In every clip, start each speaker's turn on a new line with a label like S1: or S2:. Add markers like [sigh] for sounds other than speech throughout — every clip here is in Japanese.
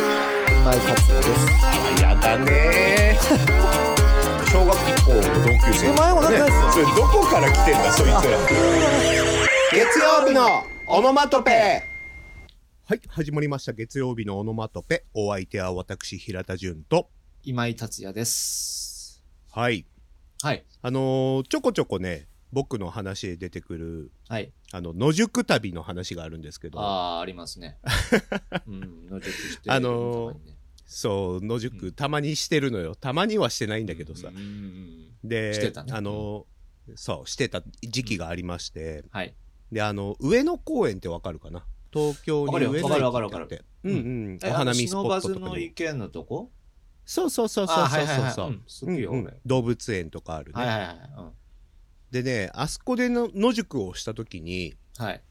S1: 今井達也です
S2: あやだねー [laughs] 小学校の同級生
S1: お前もなんか
S2: ねそれどこから来てんだそいつら
S1: 月曜日のオノマトペ
S2: はい始まりました月曜日のオノマトペお相手は私平田純と
S3: 今井達也です。
S2: はい
S3: はい。
S2: あのーちょこちょこね僕の話で出てくる
S3: はい。
S2: あの野宿旅の話があるんですけど
S3: ああ、ありますね。うん、野宿して
S2: あのーそう野宿たまにしてるのよたまにはしてないんだけどさ、
S3: うんうんうん
S2: で
S3: してたね
S2: あのーそうしてた時期がありまして、
S3: はい。
S2: であの上野公園ってわかるかな東京に
S3: わかる
S2: 上
S3: よ
S2: 野駅
S3: わかるわかる
S2: っ
S3: わか
S2: て
S3: る
S2: うんうんお花見スポットとか
S3: の
S2: にも
S3: 意見のとこ
S2: そうそうそうそう
S3: あ
S2: そ
S3: は
S2: う
S3: いはい
S2: そう
S3: はい
S2: そう
S3: うん好きよ
S2: うんうん
S3: 俺
S2: 動物園とかあるね、
S3: はいはいはい。うん
S2: でねあそこでの野宿をした時に
S3: はい。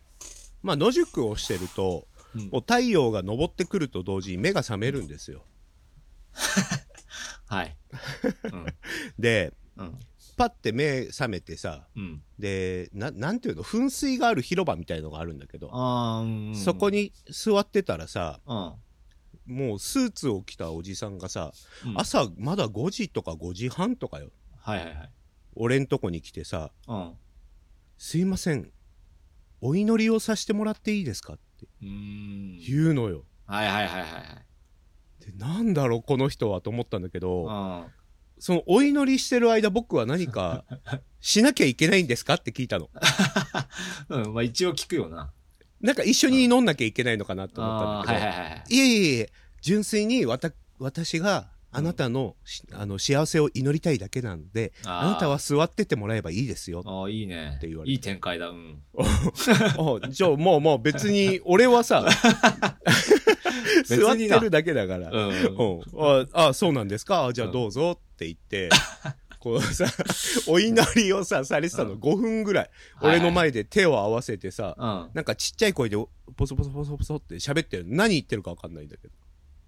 S2: まあ野宿をしてると
S3: うん
S2: もう太陽が昇ってくると同時に目が覚めるんですよ
S3: はい。うん
S2: で
S3: うん。
S2: パッて目覚めてさ
S3: うん。
S2: でななんていうの噴水がある広場みたいのがあるんだけど、
S3: ああ、うんうん
S2: そこ。に座ってたらさ
S3: うん。
S2: もうスーツを着たおじさんがさ、
S3: うん
S2: 朝まだ5時とか5時半とかよ
S3: はいはいはい。
S2: 俺んとこに来てさ
S3: うん
S2: 「すいませんお祈りをさせてもらっていいですか?」って
S3: うーん。
S2: 言うのよ。
S3: はいはいはいはいはい。
S2: でなんだろうこの人はと思ったんだけ
S3: う
S2: ど
S3: ん。
S2: そのお祈りしてる間僕は何か
S3: [laughs]
S2: しなきゃいけないんですかって聞いたの
S3: うん、まあ一応聞くよな。
S2: なんか一緒に祈んなきゃいけないのかなと思った
S3: あ
S2: ん
S3: あー、
S2: だ
S3: はい
S2: けど、
S3: はいはいはい。
S2: いえいえいえ純粋にわた私があなたの,し、あの幸せを祈りたいだけなんであ
S3: あー
S2: なたは座っててもらえばいいですよ
S3: ああ、いいね。
S2: って言われて
S3: いい展開だ。うん。
S2: [laughs] あじゃあもうもう別に俺
S3: [laughs]
S2: はさ
S3: にな
S2: 座ってるだけだから、
S3: うん。
S2: うんああそうなんですかあじゃあどうぞって言って、 [laughs] こうさお祈りをさされてた
S3: う
S2: の
S3: ん
S2: 5分ぐらい、
S3: はいはい
S2: 俺の前で手を合わせてさ、
S3: うん。
S2: なんかちっちゃい声でポソポソポソポソって喋ってる何言ってるか分かんないんだけど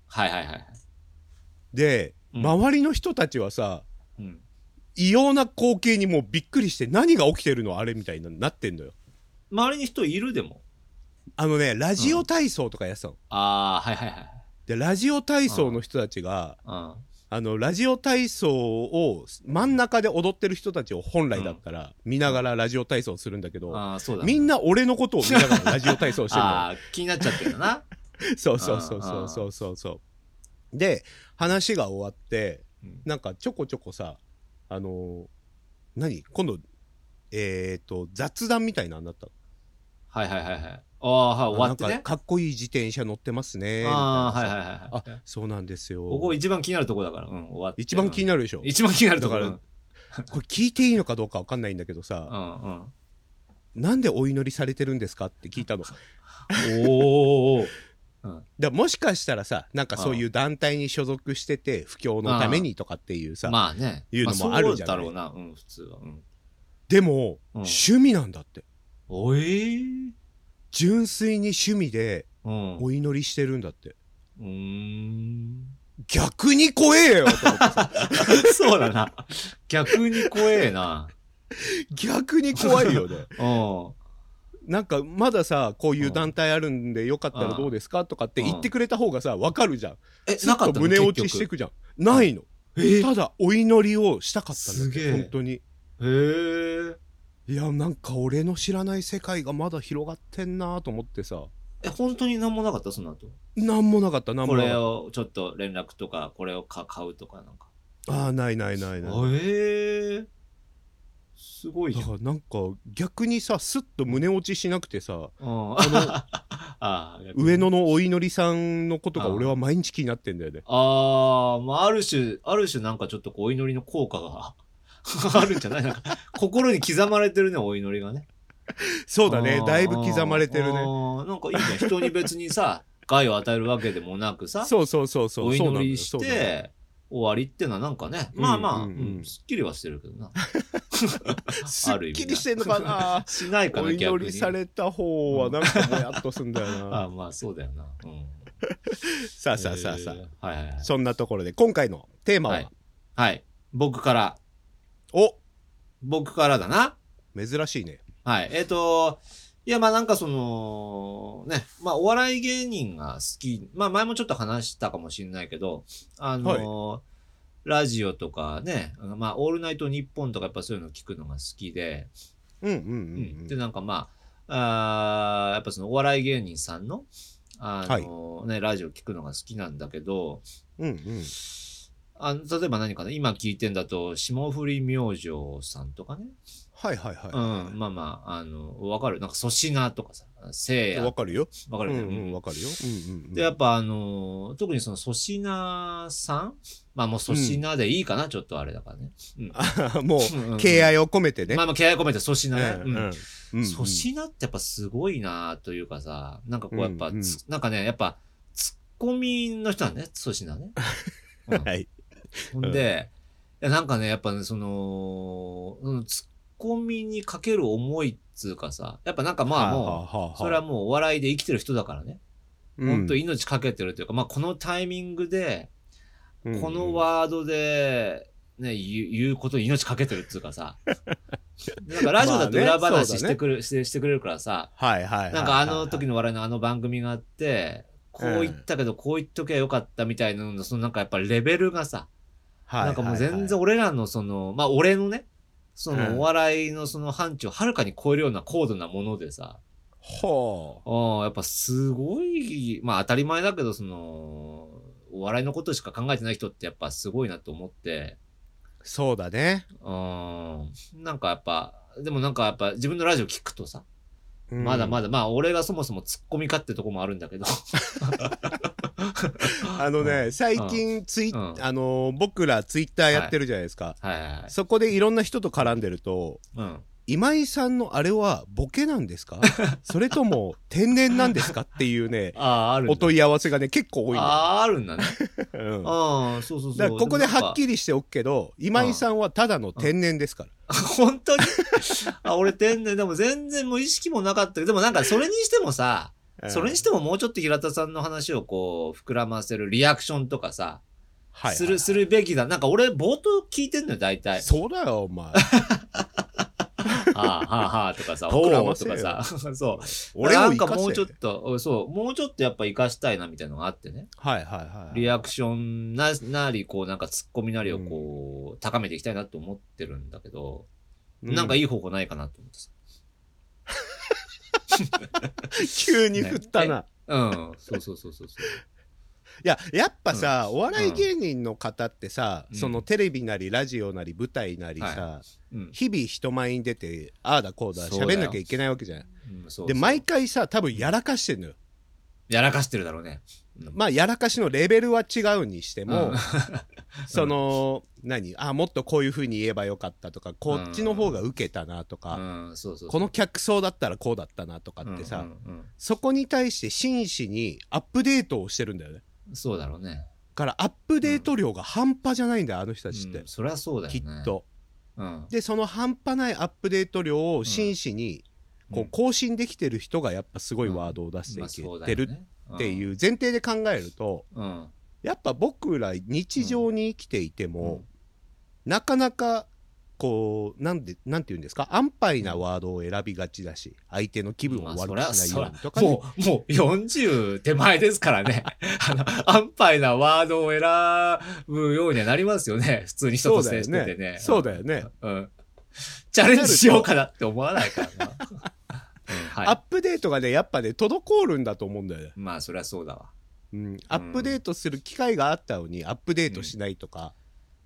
S3: はいはいはい。
S2: で、
S3: うん
S2: 周りの人たちはさ
S3: うん。
S2: 異様な光景にもうびっくりして何が起きてるのあれみたいになってんのよ
S3: 周りに人いるでも。
S2: あのねラジオ体操とかやってたの、
S3: ああ、はいはいはい。
S2: でラジオ体操の人たちが、
S3: うん。
S2: あのラジオ体操を真ん中で踊ってる人たちを本来だったら見ながらラジオ体操するんだけど、
S3: ああ、そうだ。
S2: みんな俺のことを見ながらラジオ体操してる
S3: [laughs]
S2: の
S3: ああ、気になっちゃってる
S2: [laughs]
S3: な。
S2: そうそうそうそうそうそうそうで話が終わって
S3: うん
S2: なんかちょこちょこさあのー何今度えっ、ー、と雑談みたいなのになったの
S3: はいはいはいはい。ああ、はい、終わって
S2: なん
S3: ね。
S2: かかっこいい自転車乗ってますね
S3: ああ、は
S2: みた
S3: いは
S2: いなさ
S3: いはい
S2: あ
S3: はい。
S2: そうなんですよ
S3: ここ一番気になるとこだから。うん、終わって。
S2: 一番気に
S3: な
S2: なるでしょ、
S3: る。一番気になるとこ
S2: だ
S3: ろ。
S2: か
S3: う
S2: ら
S3: ん
S2: これ聞いていいのかどうかわかんないんだけどさ、
S3: うん。
S2: なんでお祈りされてるんですかって聞いたの。だか
S3: おー。
S2: らもしかしたらさ、なんかそういう団体に所属してて、不況のためにとかっていうさ、
S3: まあね。
S2: いうのもあるじゃん
S3: まそうだろうな。うん、普通は。うん。
S2: でも、
S3: うん
S2: 趣味なんだって。
S3: おえー。
S2: 純粋に趣味で
S3: うん。う
S2: お祈りしてるんだって。
S3: ーん。
S2: 逆に怖え
S3: [laughs]
S2: よと思ってさ
S3: そうだな。 [laughs] 逆に怖えな。
S2: 逆に怖いよね。
S3: うん。
S2: [laughs] なんかまださ、こういう団体あるんでよかったらどうですかとかって言ってくれた方がさ、わかるじゃん。
S3: え、
S2: ず
S3: な
S2: っ
S3: かっ
S2: と
S3: た
S2: 胸落ちしてい
S3: く。
S2: くじゃん。ないの。
S3: えー
S2: ただお祈りをしたかったんだって
S3: すげえ
S2: 本当に。
S3: へえ。
S2: いやなんか俺の知らない世界がまだ広がってんなと思ってさ
S3: え、本当に何もなかったその後。
S2: なんもなかったなん
S3: こ
S2: もな
S3: れ
S2: かっ
S3: をちょっと連絡とか、これをか買うとかなんか。
S2: たああーないないないない
S3: あへえ。すごいじ
S2: だ
S3: ゃん。
S2: か
S3: うん。
S2: らなんか逆にさスッと胸落ちしなくて [laughs] さ
S3: あ [laughs] あー、逆に
S2: 上。野のお祈りさんのことが
S3: あー
S2: 俺は毎日気になってんだよね
S3: ああ、まあ、ある種、ある種なんかちょっとこう、お祈りの効果が [laughs] あるんじゃないなんか、心に刻まれてるね、お祈りがね。
S2: そうだね
S3: あー
S2: だいぶ刻まれてる
S3: あ
S2: ね
S3: ーなんかいいね。人に別に
S2: [laughs]
S3: さ、害を与えるわけでもなくさ、
S2: そうそうそうそう
S3: お
S2: そう
S3: 祈
S2: なんだ
S3: り
S2: よ
S3: し
S2: そうなんだよ
S3: て、終わりってのはなんかね、
S2: うん
S3: まあまあ、
S2: う
S3: うんん
S2: うん
S3: すっきりはしてるけどな。
S2: すっ
S3: ある意味
S2: き
S3: な
S2: りしてんのか [laughs] な
S3: しないか
S2: お
S3: な、逆に。
S2: 祈りされた方はなんかもやっとすんだよ [laughs]
S3: あ
S2: な
S3: あまあそうだよな。うん。
S2: さあさあさあさ
S3: え
S2: あ
S3: ーはいはいはい。
S2: そんなところで今回のテーマは、
S3: はいはい。僕から、
S2: お
S3: 僕からだな。
S2: 珍しいね
S3: はい。えっ、と、いや、まあなんかその、ね、まあお笑い芸人が好き、まあ前もちょっと話したかもしれないけど、あのーラジオとかね、まあオールナイトニッポンとかやっぱそういうの聞くのが好きで、
S2: うんうん
S3: うんで、なんかまあ、あーやっぱそのお笑い芸人さんの、あのーね、ラジオ聞くのが好きなんだけど、
S2: うんうん。
S3: あの例えば何かな、今聞いてんだと、霜降り明星さんとかね、
S2: はいはいはい。
S3: うん、まあまあ、あの、わかる。なんか粗品とかさ、せいや、
S2: わ
S3: わ
S2: かるよ。
S3: か
S2: う
S3: るよね。
S2: んうん、わかるよ。うんうんうん。
S3: で、やっぱあのー特にその粗品さんまあもう粗品でいいかな、ちょっとあれだからね。うん。
S2: あ [laughs] も
S3: うんうんう
S2: う、
S3: ん
S2: 敬愛を込めてね
S3: ま。あまあ、気合い込めて粗品ね。
S2: うん
S3: うん
S2: うん
S3: 粗品ってやっぱすごいなというかさ、なんかこうやっぱつ、
S2: うんうん
S3: なんかね、やっぱ、ツッコミの人なんね、粗品ね。うん
S2: [laughs] はい。
S3: ほんで、いやなんかね、やっぱね、その、うん、ツッコミにかける思いっつうかさ、やっぱなんかまあもう、
S2: も
S3: それはもうお笑いで生きてる人だからね。
S2: う
S3: 本当
S2: に、
S3: 命かけてるというか、まあこのタイミングで、
S2: うん
S3: この、ワードで、ね、言う言うことに命かけてるっていうか
S2: [laughs]
S3: さ。なんかラジオだと裏
S2: まあねそうだ
S3: 話し
S2: ね
S3: てくる、してしてくれるからさ、
S2: はいはいはい。
S3: なんかあの時の笑いのあの番組があって、こう言ったけど、こう言っときゃよかったみたいなの、そのなんかやっぱレベルがさ、
S2: はいはいはい、
S3: なんかもう全然俺らのその、まあ俺のね、そ
S2: うん
S3: のお笑いのその範疇をはるかに超えるような高度なものでさ、
S2: ほう。
S3: ああ、やっぱすごい、まあ当たり前だけど、その、お笑いのことしか考えてない人ってやっぱすごいなと思って、
S2: そうだね。
S3: うん、なんかやっぱ、でもなんかやっぱ自分のラジオ聞くとさ、まだま
S2: だ。
S3: だ、まあ俺がそもそもツッコミかってとこもあるんだけど。 [laughs]
S2: あのね、最近、ツイ
S3: うん
S2: あのー、僕らツイッターやってるじゃないですか。
S3: はいはいはい。
S2: そこでいろんな人と絡んでると、
S3: うん。
S2: 今井さんのあれはボケなんですかそれとも天然なんですかっていうね、
S3: ああ、あるんだ
S2: お問い合わせがね、結構多いんだ
S3: ああ、あるんだね。
S2: よ。うん
S3: ああ、そうそうそう。
S2: だからここではっ
S3: り。
S2: きりしておくけど、今井さんはただの天然ですから。
S3: [laughs] 本当にあ、俺天然、でも全然もう意識もなかったけど、でもなんかそれにしてもさ、
S2: うん
S3: それにしてももうちょっと平田さんの話をこう、膨らませるリアクションとかさ、
S2: はいはい
S3: する、するべきだ。なんか俺、冒頭聞いてんのよ、大体。
S2: そうだよ、
S3: [laughs]
S2: お前。
S3: はあ、はあ、はあ、とか
S2: [laughs]
S3: さ、
S2: 膨
S3: ほ
S2: ら
S3: ら
S2: ま
S3: も
S2: せ
S3: と
S2: よ
S3: かさ、 [laughs] そう。
S2: 俺を
S3: なん
S2: 生
S3: か
S2: かせ
S3: もうちょっと、そう、もうちょっとやっぱ活かしたいな、みたいなのがあってね。
S2: はいはいはい。
S3: リアクションな、なり、こう、なんか突っ込みなりをこう、高めていきたいなと思ってるんだけど、
S2: う
S3: なんかいい方法ないかなと思ってさ。
S2: 急に振ったな。
S3: うん、そうそうそうそうそう。
S2: いや、やっぱさ、お笑い芸人の方ってさ、
S3: うん
S2: そのテレビなりラジオなり舞台なりさ、
S3: うん。
S2: 日々人前に出て、ああだこうだ、
S3: そうだ
S2: 喋
S3: よ
S2: んなきゃいけないわけじゃん。
S3: うんそう
S2: で、
S3: そう
S2: 毎回さ、多分やらかしてんのよ。
S3: やらかしてるだろうね。うん
S2: まあ、やらかしのレベルは違うにしても、
S3: うん
S2: その、何あ、もっとこういう風に言えばよかったとか、こっちの方が受けたなとか、
S3: うん、そうそうそう
S2: この客層だったらこうだったなとかって
S3: う
S2: さ、
S3: んうん
S2: そこに対して真摯にアップデートをしてるんだよね。
S3: うんそうだろうね。
S2: だからアップデート量が半端じゃないんだよ、あの人たちって
S3: うん、。そりゃそうだよ
S2: き
S3: ね。
S2: っ。と。
S3: うん。
S2: で、その半端ないアップデート量を真摯に、こ
S3: う
S2: うん更新できてる人がやっぱすごいワードを出して
S3: ま
S2: い
S3: あ
S2: け
S3: そうだ
S2: て
S3: よ
S2: る
S3: ね
S2: ってい。う前提で考えると、
S3: うん。
S2: やっぱ僕ら日常に生きていて
S3: うん
S2: も、なかなかこうなんでなんて言うんですか安牌なワードを選びがちだし相手の気分を
S3: まあ
S2: 悪
S3: そ
S2: く
S3: りゃ
S2: しないようにとか、ね
S3: もう、もう40手前ですからね。 [laughs] あの、安牌なワードを選ぶようにはなりますよね。普通に人と
S2: そうだ
S3: 接
S2: よ
S3: しててね。
S2: ねそうだよね、
S3: うん。チャレンジしようかなって思わないからな。うん
S2: ア [laughs]
S3: は
S2: ップデートがねやっぱね滞るんだと思うんだよね、
S3: い。まあ、そりゃそうだわ。
S2: うん、アップデートする機会があったのにアップデートしないとか、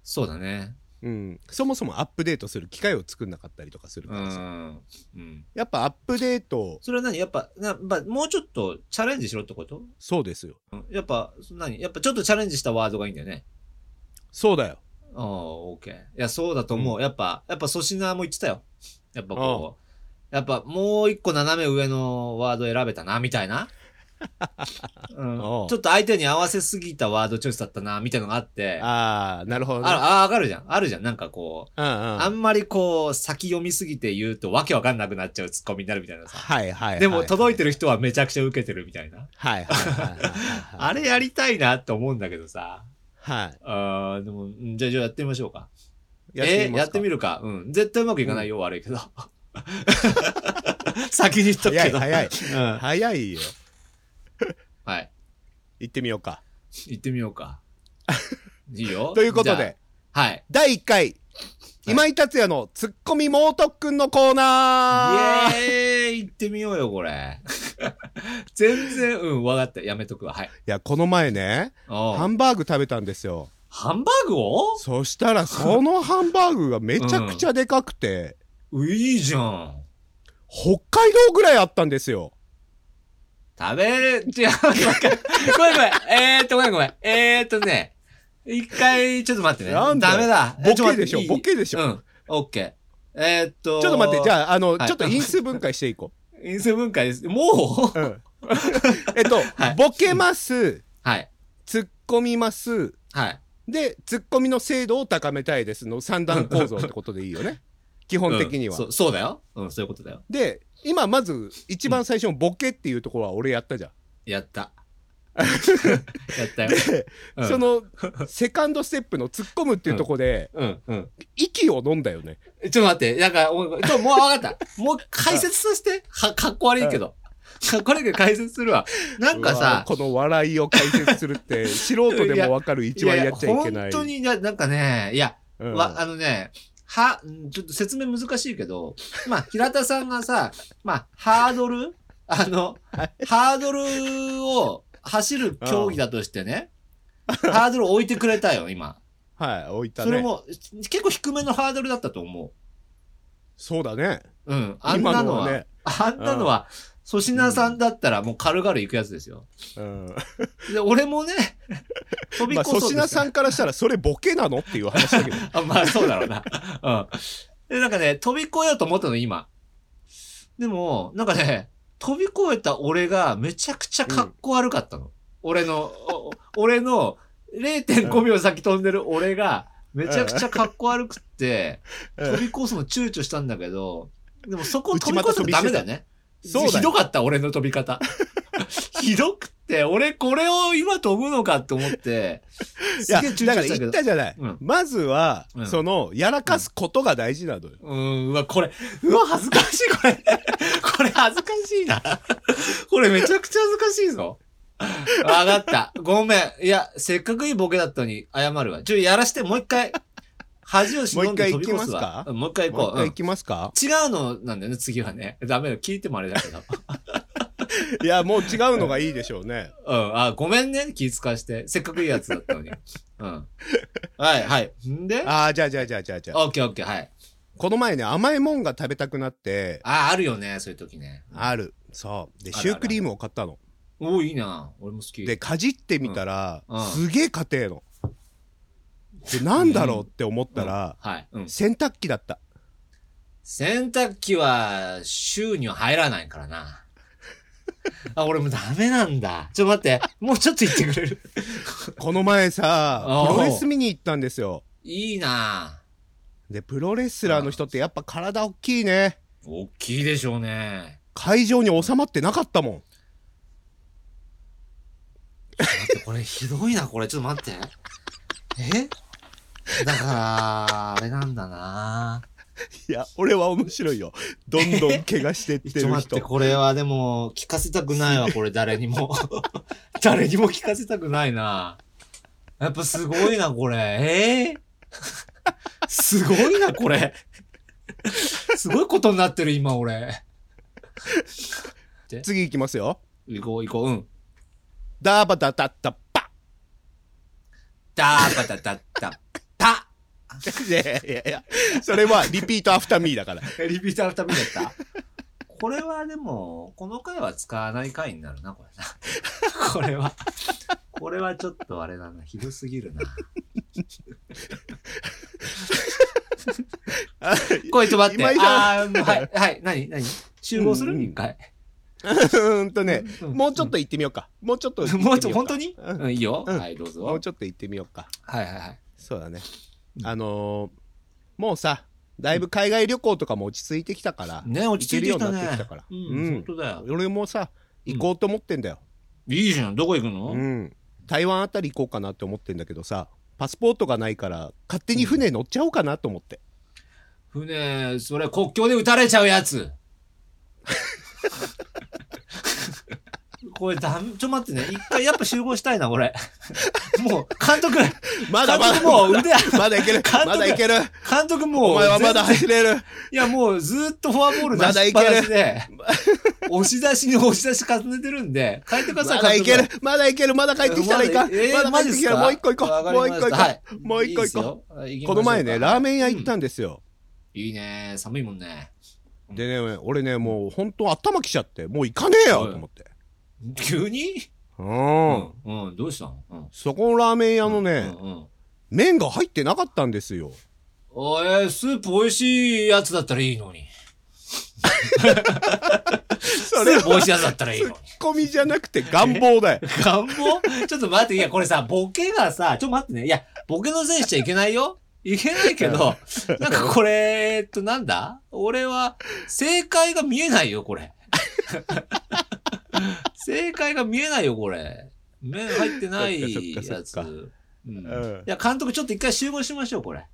S3: そうだね。
S2: うんそもそもアップデートする機会を作んなかったりとかする
S3: う
S2: からさ、
S3: ん。うん。
S2: やっぱアップデート
S3: それは何やっぱ、なまあもうちょっとチャレンジしろってこと
S2: そうですよ
S3: うんやっぱ、そ何やっぱちょっとチャレンジしたワードがいいんだよね。
S2: そうだよ
S3: ああ、オーケー。いや、そうだと思う。やっぱ、やっぱ粗品も言ってたよ。やっぱこう、やっぱもう一個斜め上のワード選べたな、みたい
S2: [laughs]
S3: な。うん、ち
S2: お
S3: ょ
S2: う
S3: っと相手に合わせすぎたワードチョイスだったな、みたいなのがあって。あ
S2: ああなるほど、ね、
S3: あ、あかるじゃん。あるじゃん。なんかこう、
S2: うんうん
S3: あんまりこう、先読みすぎて言うとわけわかんなくなっちゃうツッコミになるみたいなさ。
S2: はいはいはい
S3: でも届いてる人はめちゃくちゃ受けてるみたいな。
S2: はいはいはいはいはい
S3: [laughs] あれやりたいなと思うんだけどさ。
S2: はい
S3: あーでも、んじゃあ、じゃあやってみましょうか。
S2: やって
S3: え
S2: み
S3: ー
S2: ま
S3: やっ
S2: すか
S3: てみるか。うん。絶対うまくいかないよ、悪いけど。 [laughs] 先に言っとく
S2: 早
S3: け
S2: い
S3: ど。
S2: 早い
S3: うん
S2: 早いよ
S3: はい。
S2: 行ってみようか
S3: 行ってみようか。いいよ。
S2: [laughs] ということ
S3: じゃ
S2: で
S3: あ。はい。
S2: 第1回今井達也のツッコミ猛特訓のコーナー
S3: イエーイ行ってみようよ、これ。 [laughs] 全然、うん、わかった。やめとくわ。はい。
S2: いやこの前ね
S3: おう
S2: ハンバーグ食べたんですよ
S3: ハンバーグを
S2: そしたらそのハンバーグがめちゃくちゃでかくて、
S3: ういいじゃん。
S2: 北海道ぐらいあったんですよ
S3: 食べる、違う、ご
S2: [laughs]
S3: めんごめん。えーっと、ごめんごめん。えーっとね、一回、ちょっと待ってね。
S2: なんだよ
S3: ダメだ。え
S2: ボ
S3: ちょっと待っ
S2: ケ
S3: て
S2: でしょ
S3: いい
S2: ボケでしょ
S3: うん。オッケー。えーっと。
S2: ちょっと待って、じ
S3: あ。
S2: ゃあ、あの、
S3: はい
S2: ちょっと因数分解していこ
S3: 因数分解です。も [laughs]
S2: う。
S3: う
S2: うん。えっと、
S3: はい
S2: ボケます、
S3: はい。
S2: 突っ込みます、
S3: はい。
S2: で、突っ込みの精度を高めたいですの三段構造ってことでいいよ
S3: [laughs]
S2: ね。基本的に
S3: う
S2: は。
S3: んそう。そうだよ。うん、そういうことだよ。
S2: で、今まず、一番最初のボケっていうところは俺やったじゃん。
S3: や
S2: [laughs]
S3: った。やったよ。うん
S2: そ、の、セカンドステップの突っ込むっていうところで、
S3: うん、うん。
S2: 息を飲んだよね。
S3: ちょっと待って、なんか、おちょもう分かった。もう解説させて。は、かっこ悪いけど。かっこ悪いけど解説するわ。なんか
S2: うわ
S3: さ
S2: ー、この笑いを解説する
S3: [laughs]
S2: って、素人でもわかる一番やっちゃいけ
S3: や
S2: ない。
S3: 本当にな、なんかね、いや、
S2: うん
S3: わ、あのね、は、んちょっと説明難しいけど、まあ、平田さんがさ、まあ、ハードルあの、ハードルを走る競技だとしてね、ハードル置いてくれたよ、今。
S2: はい、置いた
S3: それ
S2: ね。
S3: も、結構低めのハードルだったと思
S2: そうだね。
S3: う。うん。あんなのは、
S2: 今ね。
S3: あんなのは、粗品さんだったらもう軽々行くやつですよ。
S2: うん。
S3: で、俺もね、飛び
S2: [laughs] まあ、
S3: 越そう
S2: 粗
S3: です
S2: 品さんからしたらそれボケなのっていう
S3: [laughs]
S2: 話だけど。
S3: あ、まあそうだろうな。うん。で、なんかね、飛び越えようと思ったの、今。でも、なんかね、飛び越えた俺がめちゃくちゃ格好悪かったの。俺の、お俺の0.5秒先飛んでる俺がめちゃくちゃ格好悪くって、
S2: うん
S3: 飛び越すの躊躇したんだけど、でもそこ
S2: うち
S3: 飛び
S2: ま
S3: 越
S2: た
S3: すのダメだよね。
S2: そうだよ
S3: ひどかった、俺の飛び方。ひどくて、俺これを今飛ぶのかって思って、
S2: い
S3: す
S2: や、
S3: げえ躊躇
S2: だから
S3: したけ
S2: 言っ
S3: ど。
S2: たじゃない。
S3: うん
S2: まずは、
S3: うん
S2: その、やらかすことが大事なのよ。
S3: うーん、うわ、これ、うわ、恥ずかしい、これ。 [laughs] これ恥ずかしいな。これめちゃくちゃ恥ずかしいぞ。 [laughs] わかった。ごめん。いや、せっかくいいボケだったのに謝るわ。ちょ、やらして、もう一回。恥を忍んで飛び越すわ。うんもう一回
S2: もう
S3: 行こう。
S2: 一
S3: う
S2: 回
S3: ん
S2: 行きますか、
S3: 違うのなんだよね、次はね。ダメだ、聞いてもあれだけど。 [laughs]
S2: いや、もう違うのがいいでしょうね。
S3: うん、あ、ごめんね、気使わして。せっかくいいやつだったのに。うん。はい、はい。んで
S2: ああ、じゃあじゃあじゃあじゃあじゃあ。
S3: オッケーオッケー、はい。
S2: この前ね、甘いもんが食べたくなって、
S3: あ、あるよね、そういう時ね。
S2: ある。そう。で、
S3: あるあ
S2: シ
S3: る
S2: ュークリームを買ったの。
S3: おおいいな。俺も好き。
S2: で、かじってみたら、
S3: うんうん
S2: すげえ硬えの。で、なんだろうって思ったら、
S3: はい。うん。
S2: 洗濯機だった。
S3: 洗濯機は収入入らないからな。 [laughs] あ、俺もうダメなんだ。ちょっと待って。もうちょっと言ってくれる。
S2: この前さ
S3: あ、ー
S2: プロレス見に行ったんですよ。
S3: [laughs] いいな
S2: で、プロレスラーの人ってやっぱ体大きいね。
S3: 大きいでしょうね。
S2: 会場に収まってなかったもん。
S3: ちょっと待って、これひどいな、これ。ちょっと待って。えだから、あれなんだない
S2: や、俺は面白いよ。どんどん怪我してっ
S3: [laughs] ち
S2: て
S3: ょっと
S2: る
S3: 待って、
S2: 人。
S3: これはでも、聞かせたくない [laughs] わ、これ誰にも。誰にも聞かせたくないな。やっぱすごいな、これ。ええすごいな、これ。すごいことになってる、今、俺。
S2: 次行きますよ。
S3: 行こう、行こう、うん。
S2: ダーバダタッタッパ
S3: ダーパタタタタ。
S2: [laughs] いやいやいやいや、それはリピートアフターミーだから。 [laughs]
S3: リピーターのためだった。これはでも、この回は使わない回になるな、これな。これは、これはちょっとあれだな、ひどすぎるな。これちょっと待って。
S2: 今井さ
S3: あーはい、はい、何何集合する一回。
S2: うーんとね、
S3: うん
S2: もうちょっと行ってみようか。もうちょっと行ってみよ
S3: も
S2: う
S3: う
S2: か。
S3: ちょ、本当に
S2: うん
S3: うん、いいよ。
S2: うん
S3: はい、どうぞ。
S2: も
S3: は
S2: う
S3: い
S2: ちょっと行ってみようか。
S3: はいはい。
S2: そうだね。
S3: うん
S2: あのーもうさ、だいぶ海外旅行とかも落ち着いてきたから、
S3: ね、落ち着いてきたね
S2: 行けるようになってきたから。
S3: う
S2: うん
S3: ん、本当だよ。
S2: 俺もさ、
S3: うん
S2: 行こうと思ってんだよ。
S3: いいじゃん、どこ行くの
S2: うん、台湾あたり行こうかなって思ってんだけどさパスポートがないから勝手に船乗っちゃおうかなと思って、 [laughs]
S3: 船、それ国境で撃たれちゃうやつ。これだん、ちょ待ってね。一回やっぱ集合したいな、これ。もう、監督、
S2: まだま
S3: 監
S2: だ、
S3: 督もう腕、
S2: まだいける
S3: 督。
S2: まだいける。
S3: 監督もう、
S2: お前はまだ走れる。
S3: いや、もうずーっとフォアボール出しっぱなしで、押し出しに押し出し重ねてるんで、変えてくだ
S2: ま
S3: さい、
S2: だいけ
S3: 監
S2: る。まだいける。まだ帰ってきたらいかん。
S3: まだえー
S2: まだ帰ってきたらもう一個行こ
S3: マ
S2: う。
S3: ジっすかわかりま
S2: もう一個行こ
S3: したは
S2: う。
S3: 督。
S2: もう一個行こ
S3: こう。
S2: う。この前ね、ラー
S3: ン。
S2: メン屋行ったんですよ。
S3: いいね、寒いもんね。うん
S2: でね、俺ね、もう本当頭きちゃって、もう行かねえよと思って。
S3: 急に
S2: うん。
S3: うん、うんどうしたのうん。
S2: そこのラーメン屋の
S3: うん
S2: ね、
S3: うん。
S2: 麺が入ってなかったんですよ。
S3: おい、スープ美味しいやつだったらいいのに。
S2: それ
S3: スープ美味しいやつだったらいいのに。
S2: ツッコミじゃなくて願望だよ。
S3: [laughs] 願望ちょっと待って、いや、これさ、ボケがさ、ちょっと待ってね。いや、ボケのせいにしちゃいけないよ。いけないけど、なんかこれ、えっと、なんだ俺は、正解が見えないよ、こ
S2: [laughs]
S3: れ。正解が見えないよ、これ。面入ってない
S2: そっ
S3: や
S2: か
S3: つ。
S2: そっかそっか
S3: うん
S2: うん
S3: いや、監督、ちょっと一回集合しましょう、これ。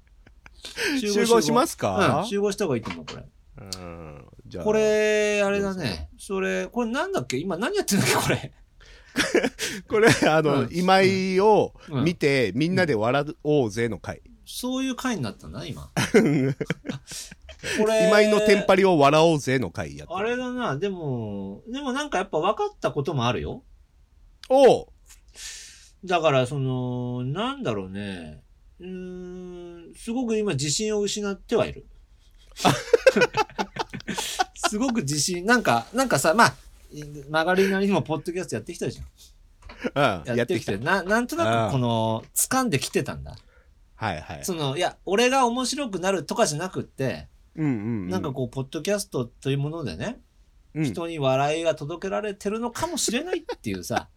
S2: 集合します
S3: う
S2: か
S3: ん、集合した方がいいと思う、これ。
S2: うん。じゃあ、
S3: これ、あれだ
S2: どうぞ
S3: ね。それ、これなんだっけ今何やってんだっけ、これ。
S2: これ、あ
S3: う
S2: の
S3: ん、
S2: 今井を
S3: うん
S2: 見て、みんなで笑おうぜの回。
S3: そういう回になったんだ、今。これ
S2: 今井のテンパりを笑おうぜの回やってる。
S3: あれだな、でも、でもなんかやっぱ分かったこともあるよ。
S2: おう
S3: だから、その、なんだろうね。うーん、すごく今自信を失ってはいる。すごく自信、なんか、なんかさ、まあ、曲がりなりにもポッドキャストやってきたじゃ。
S2: うん
S3: や
S2: ん。や
S3: っ
S2: ってて
S3: き
S2: き
S3: て
S2: た。
S3: る。な、なんとなくこの、掴んできてたんだ。
S2: はいはい。
S3: その、いや、俺が面白くなるとかじゃなくって、
S2: うんうん。
S3: なんかこう、ポッドキャストというものでね、
S2: うん、うん。
S3: 人に笑いが届けられてるのかもしれないっていう
S2: [laughs]
S3: さ、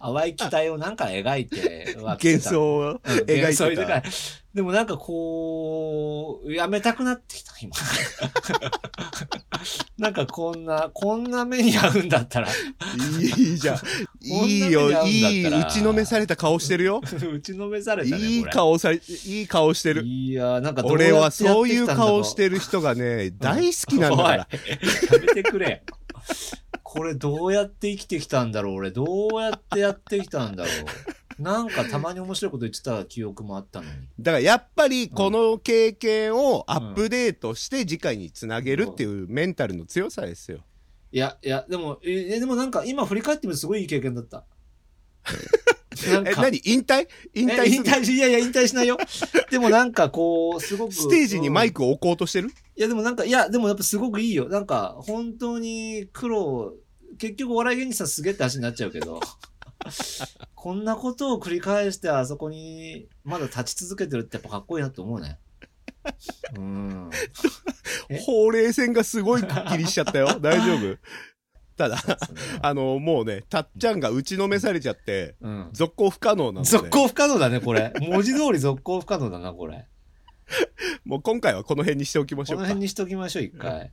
S3: 淡い期待をなんか描いてはきて
S2: 幻
S3: た、
S2: 想を
S3: うん
S2: 描
S3: 幻想
S2: いてた。
S3: でもなんかこう、やめたくなってきた、今。 [laughs] なんかこんな、こんな目に遭うんだったら、 [laughs]
S2: いいじゃん。いい
S3: こんな
S2: よ、
S3: 目に
S2: いい、
S3: 遭うんだった
S2: 打
S3: ら
S2: ちのめされた顔してるよ。
S3: 打ちのめされたね、これ。
S2: いい顔さ、いい顔してる。
S3: いやーなんかどう
S2: 俺
S3: や
S2: は
S3: ってやっ
S2: そう
S3: て
S2: い
S3: きた
S2: うん
S3: だろ
S2: 顔してる人がね、大好きなんだから。
S3: [laughs] おいやめてくれよ。これどうやって生きてきたんだろう俺どうやってやってきたんだろうなんかたまに面白いこと言ってた記憶もあったのに。
S2: だからやっぱりこの経験をアップデートして次回につなげるっていうメンタルの強さですよ。
S3: いや、いや、でも、え、えでもなんか今振り返ってみるとすごいいい経験だった。なん
S2: [laughs] え、
S3: か
S2: 何引退引退
S3: え
S2: す
S3: 引
S2: る
S3: 退し、いやいや、引退しないよ。でもなんかこう、すごく。
S2: ステージにマイ
S3: ク。
S2: クを置こうとしてる
S3: いや、でもなんか、いや、でもやっぱすごくいいよ。なんか、本当に苦労、結局お笑い芸人さんすげえって話になっちゃうけ
S2: [laughs]
S3: ど、こんなことを繰り返してあそこにまだ立ち続けてるってやっぱかっこいいなって思うね。
S2: [laughs]
S3: うん。え
S2: ほうれい線がすごいくっきりしちゃったよ。大丈夫 [laughs] ただ、あの、もうね、たっちゃんが打ちのめされちゃって、
S3: うん。
S2: 続行不可能なの
S3: 続
S2: で、
S3: 行不可能だね、これ。文字通り続行不可能だな、これ。
S2: もう今回はこの辺にしておきまし
S3: こ
S2: ょう
S3: の
S2: か
S3: 辺。にしときましょう、一回。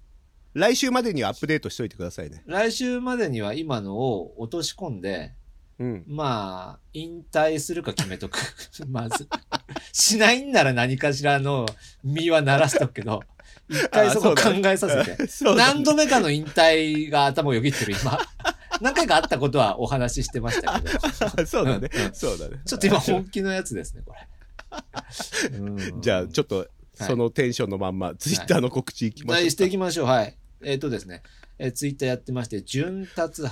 S2: 来週までにはアップデートしといてくださいね。
S3: 来週までには今のを落とし込んで、
S2: うん。
S3: まあ、引退するか決めとく。 [laughs] まず。しないんなら何かしらの身は鳴らしとくけど、一回そこ
S2: あ
S3: 考
S2: そう
S3: えさせて。
S2: [laughs] そうだね
S3: 何度目かの引退が頭をよぎってる今。何回かあったことはお話ししてましたけど。
S2: そうだね
S3: うんう。ん
S2: そうだね。
S3: ちょっと今本気のやつですね、これ。うん
S2: じゃあ、ちょっと、そのテンションのまんま、ツイッターの告知いきましょうか。
S3: していきましょう。はい。えっ、とですね。えーツイッターやってまして、潤達83、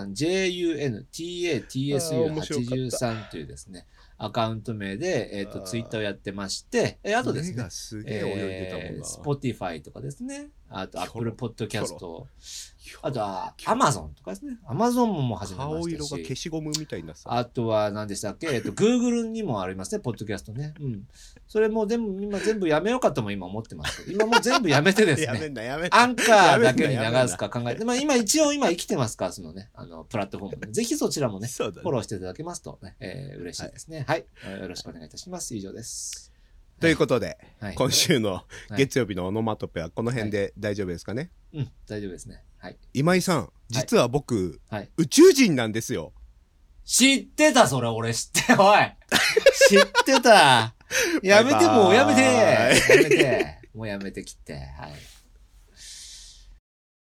S2: あー面白か
S3: JUNTATSU83 というですね、アカウント名で、えっ、と、
S2: あー
S3: ツイッターをやってまして、えーあとです
S2: 目
S3: ね
S2: が、すげえ泳いでたもん
S3: え
S2: な。
S3: ー、Spotify とかですね、あと
S2: ひょ
S3: Apple
S2: ろ
S3: Podcast、
S2: ひょ
S3: あとは Amazon とかですね、Amazon ももう始めま
S2: 顔
S3: し
S2: 色
S3: た
S2: が
S3: し、
S2: 消しゴムみたいになさ。
S3: あとは何でしたっけえっと、Google にもありますね、ポッドキャストね。うん。それもう全部、今全部やめようかとも今思ってますけど。今もう全部やめてです
S2: [laughs] や
S3: ね
S2: め。んな、やめんな。
S3: アンカーだけに流すか考えて、まあ今一応今生きてますから、そのね、あの、プラットフォームで。
S2: [laughs]
S3: ぜひそちらもね、
S2: そうだ
S3: フォ
S2: ね
S3: ローしていただけますとね、えー嬉しいですね。はい、よろしくお願いいたします。以上です。
S2: ということで、
S3: はい。
S2: 今週の
S3: い
S2: 月曜日のオノマトペはこの辺で大丈夫ですかね。
S3: うん、大丈夫ですね。はい。
S2: 今井さん、実は僕、
S3: はい。
S2: 宇宙人なんですよ。
S3: 知ってた、それ俺知って、 [laughs] おい知ってたやめて、もうやめて
S2: バイバ
S3: やめてもうやめてきって。はい。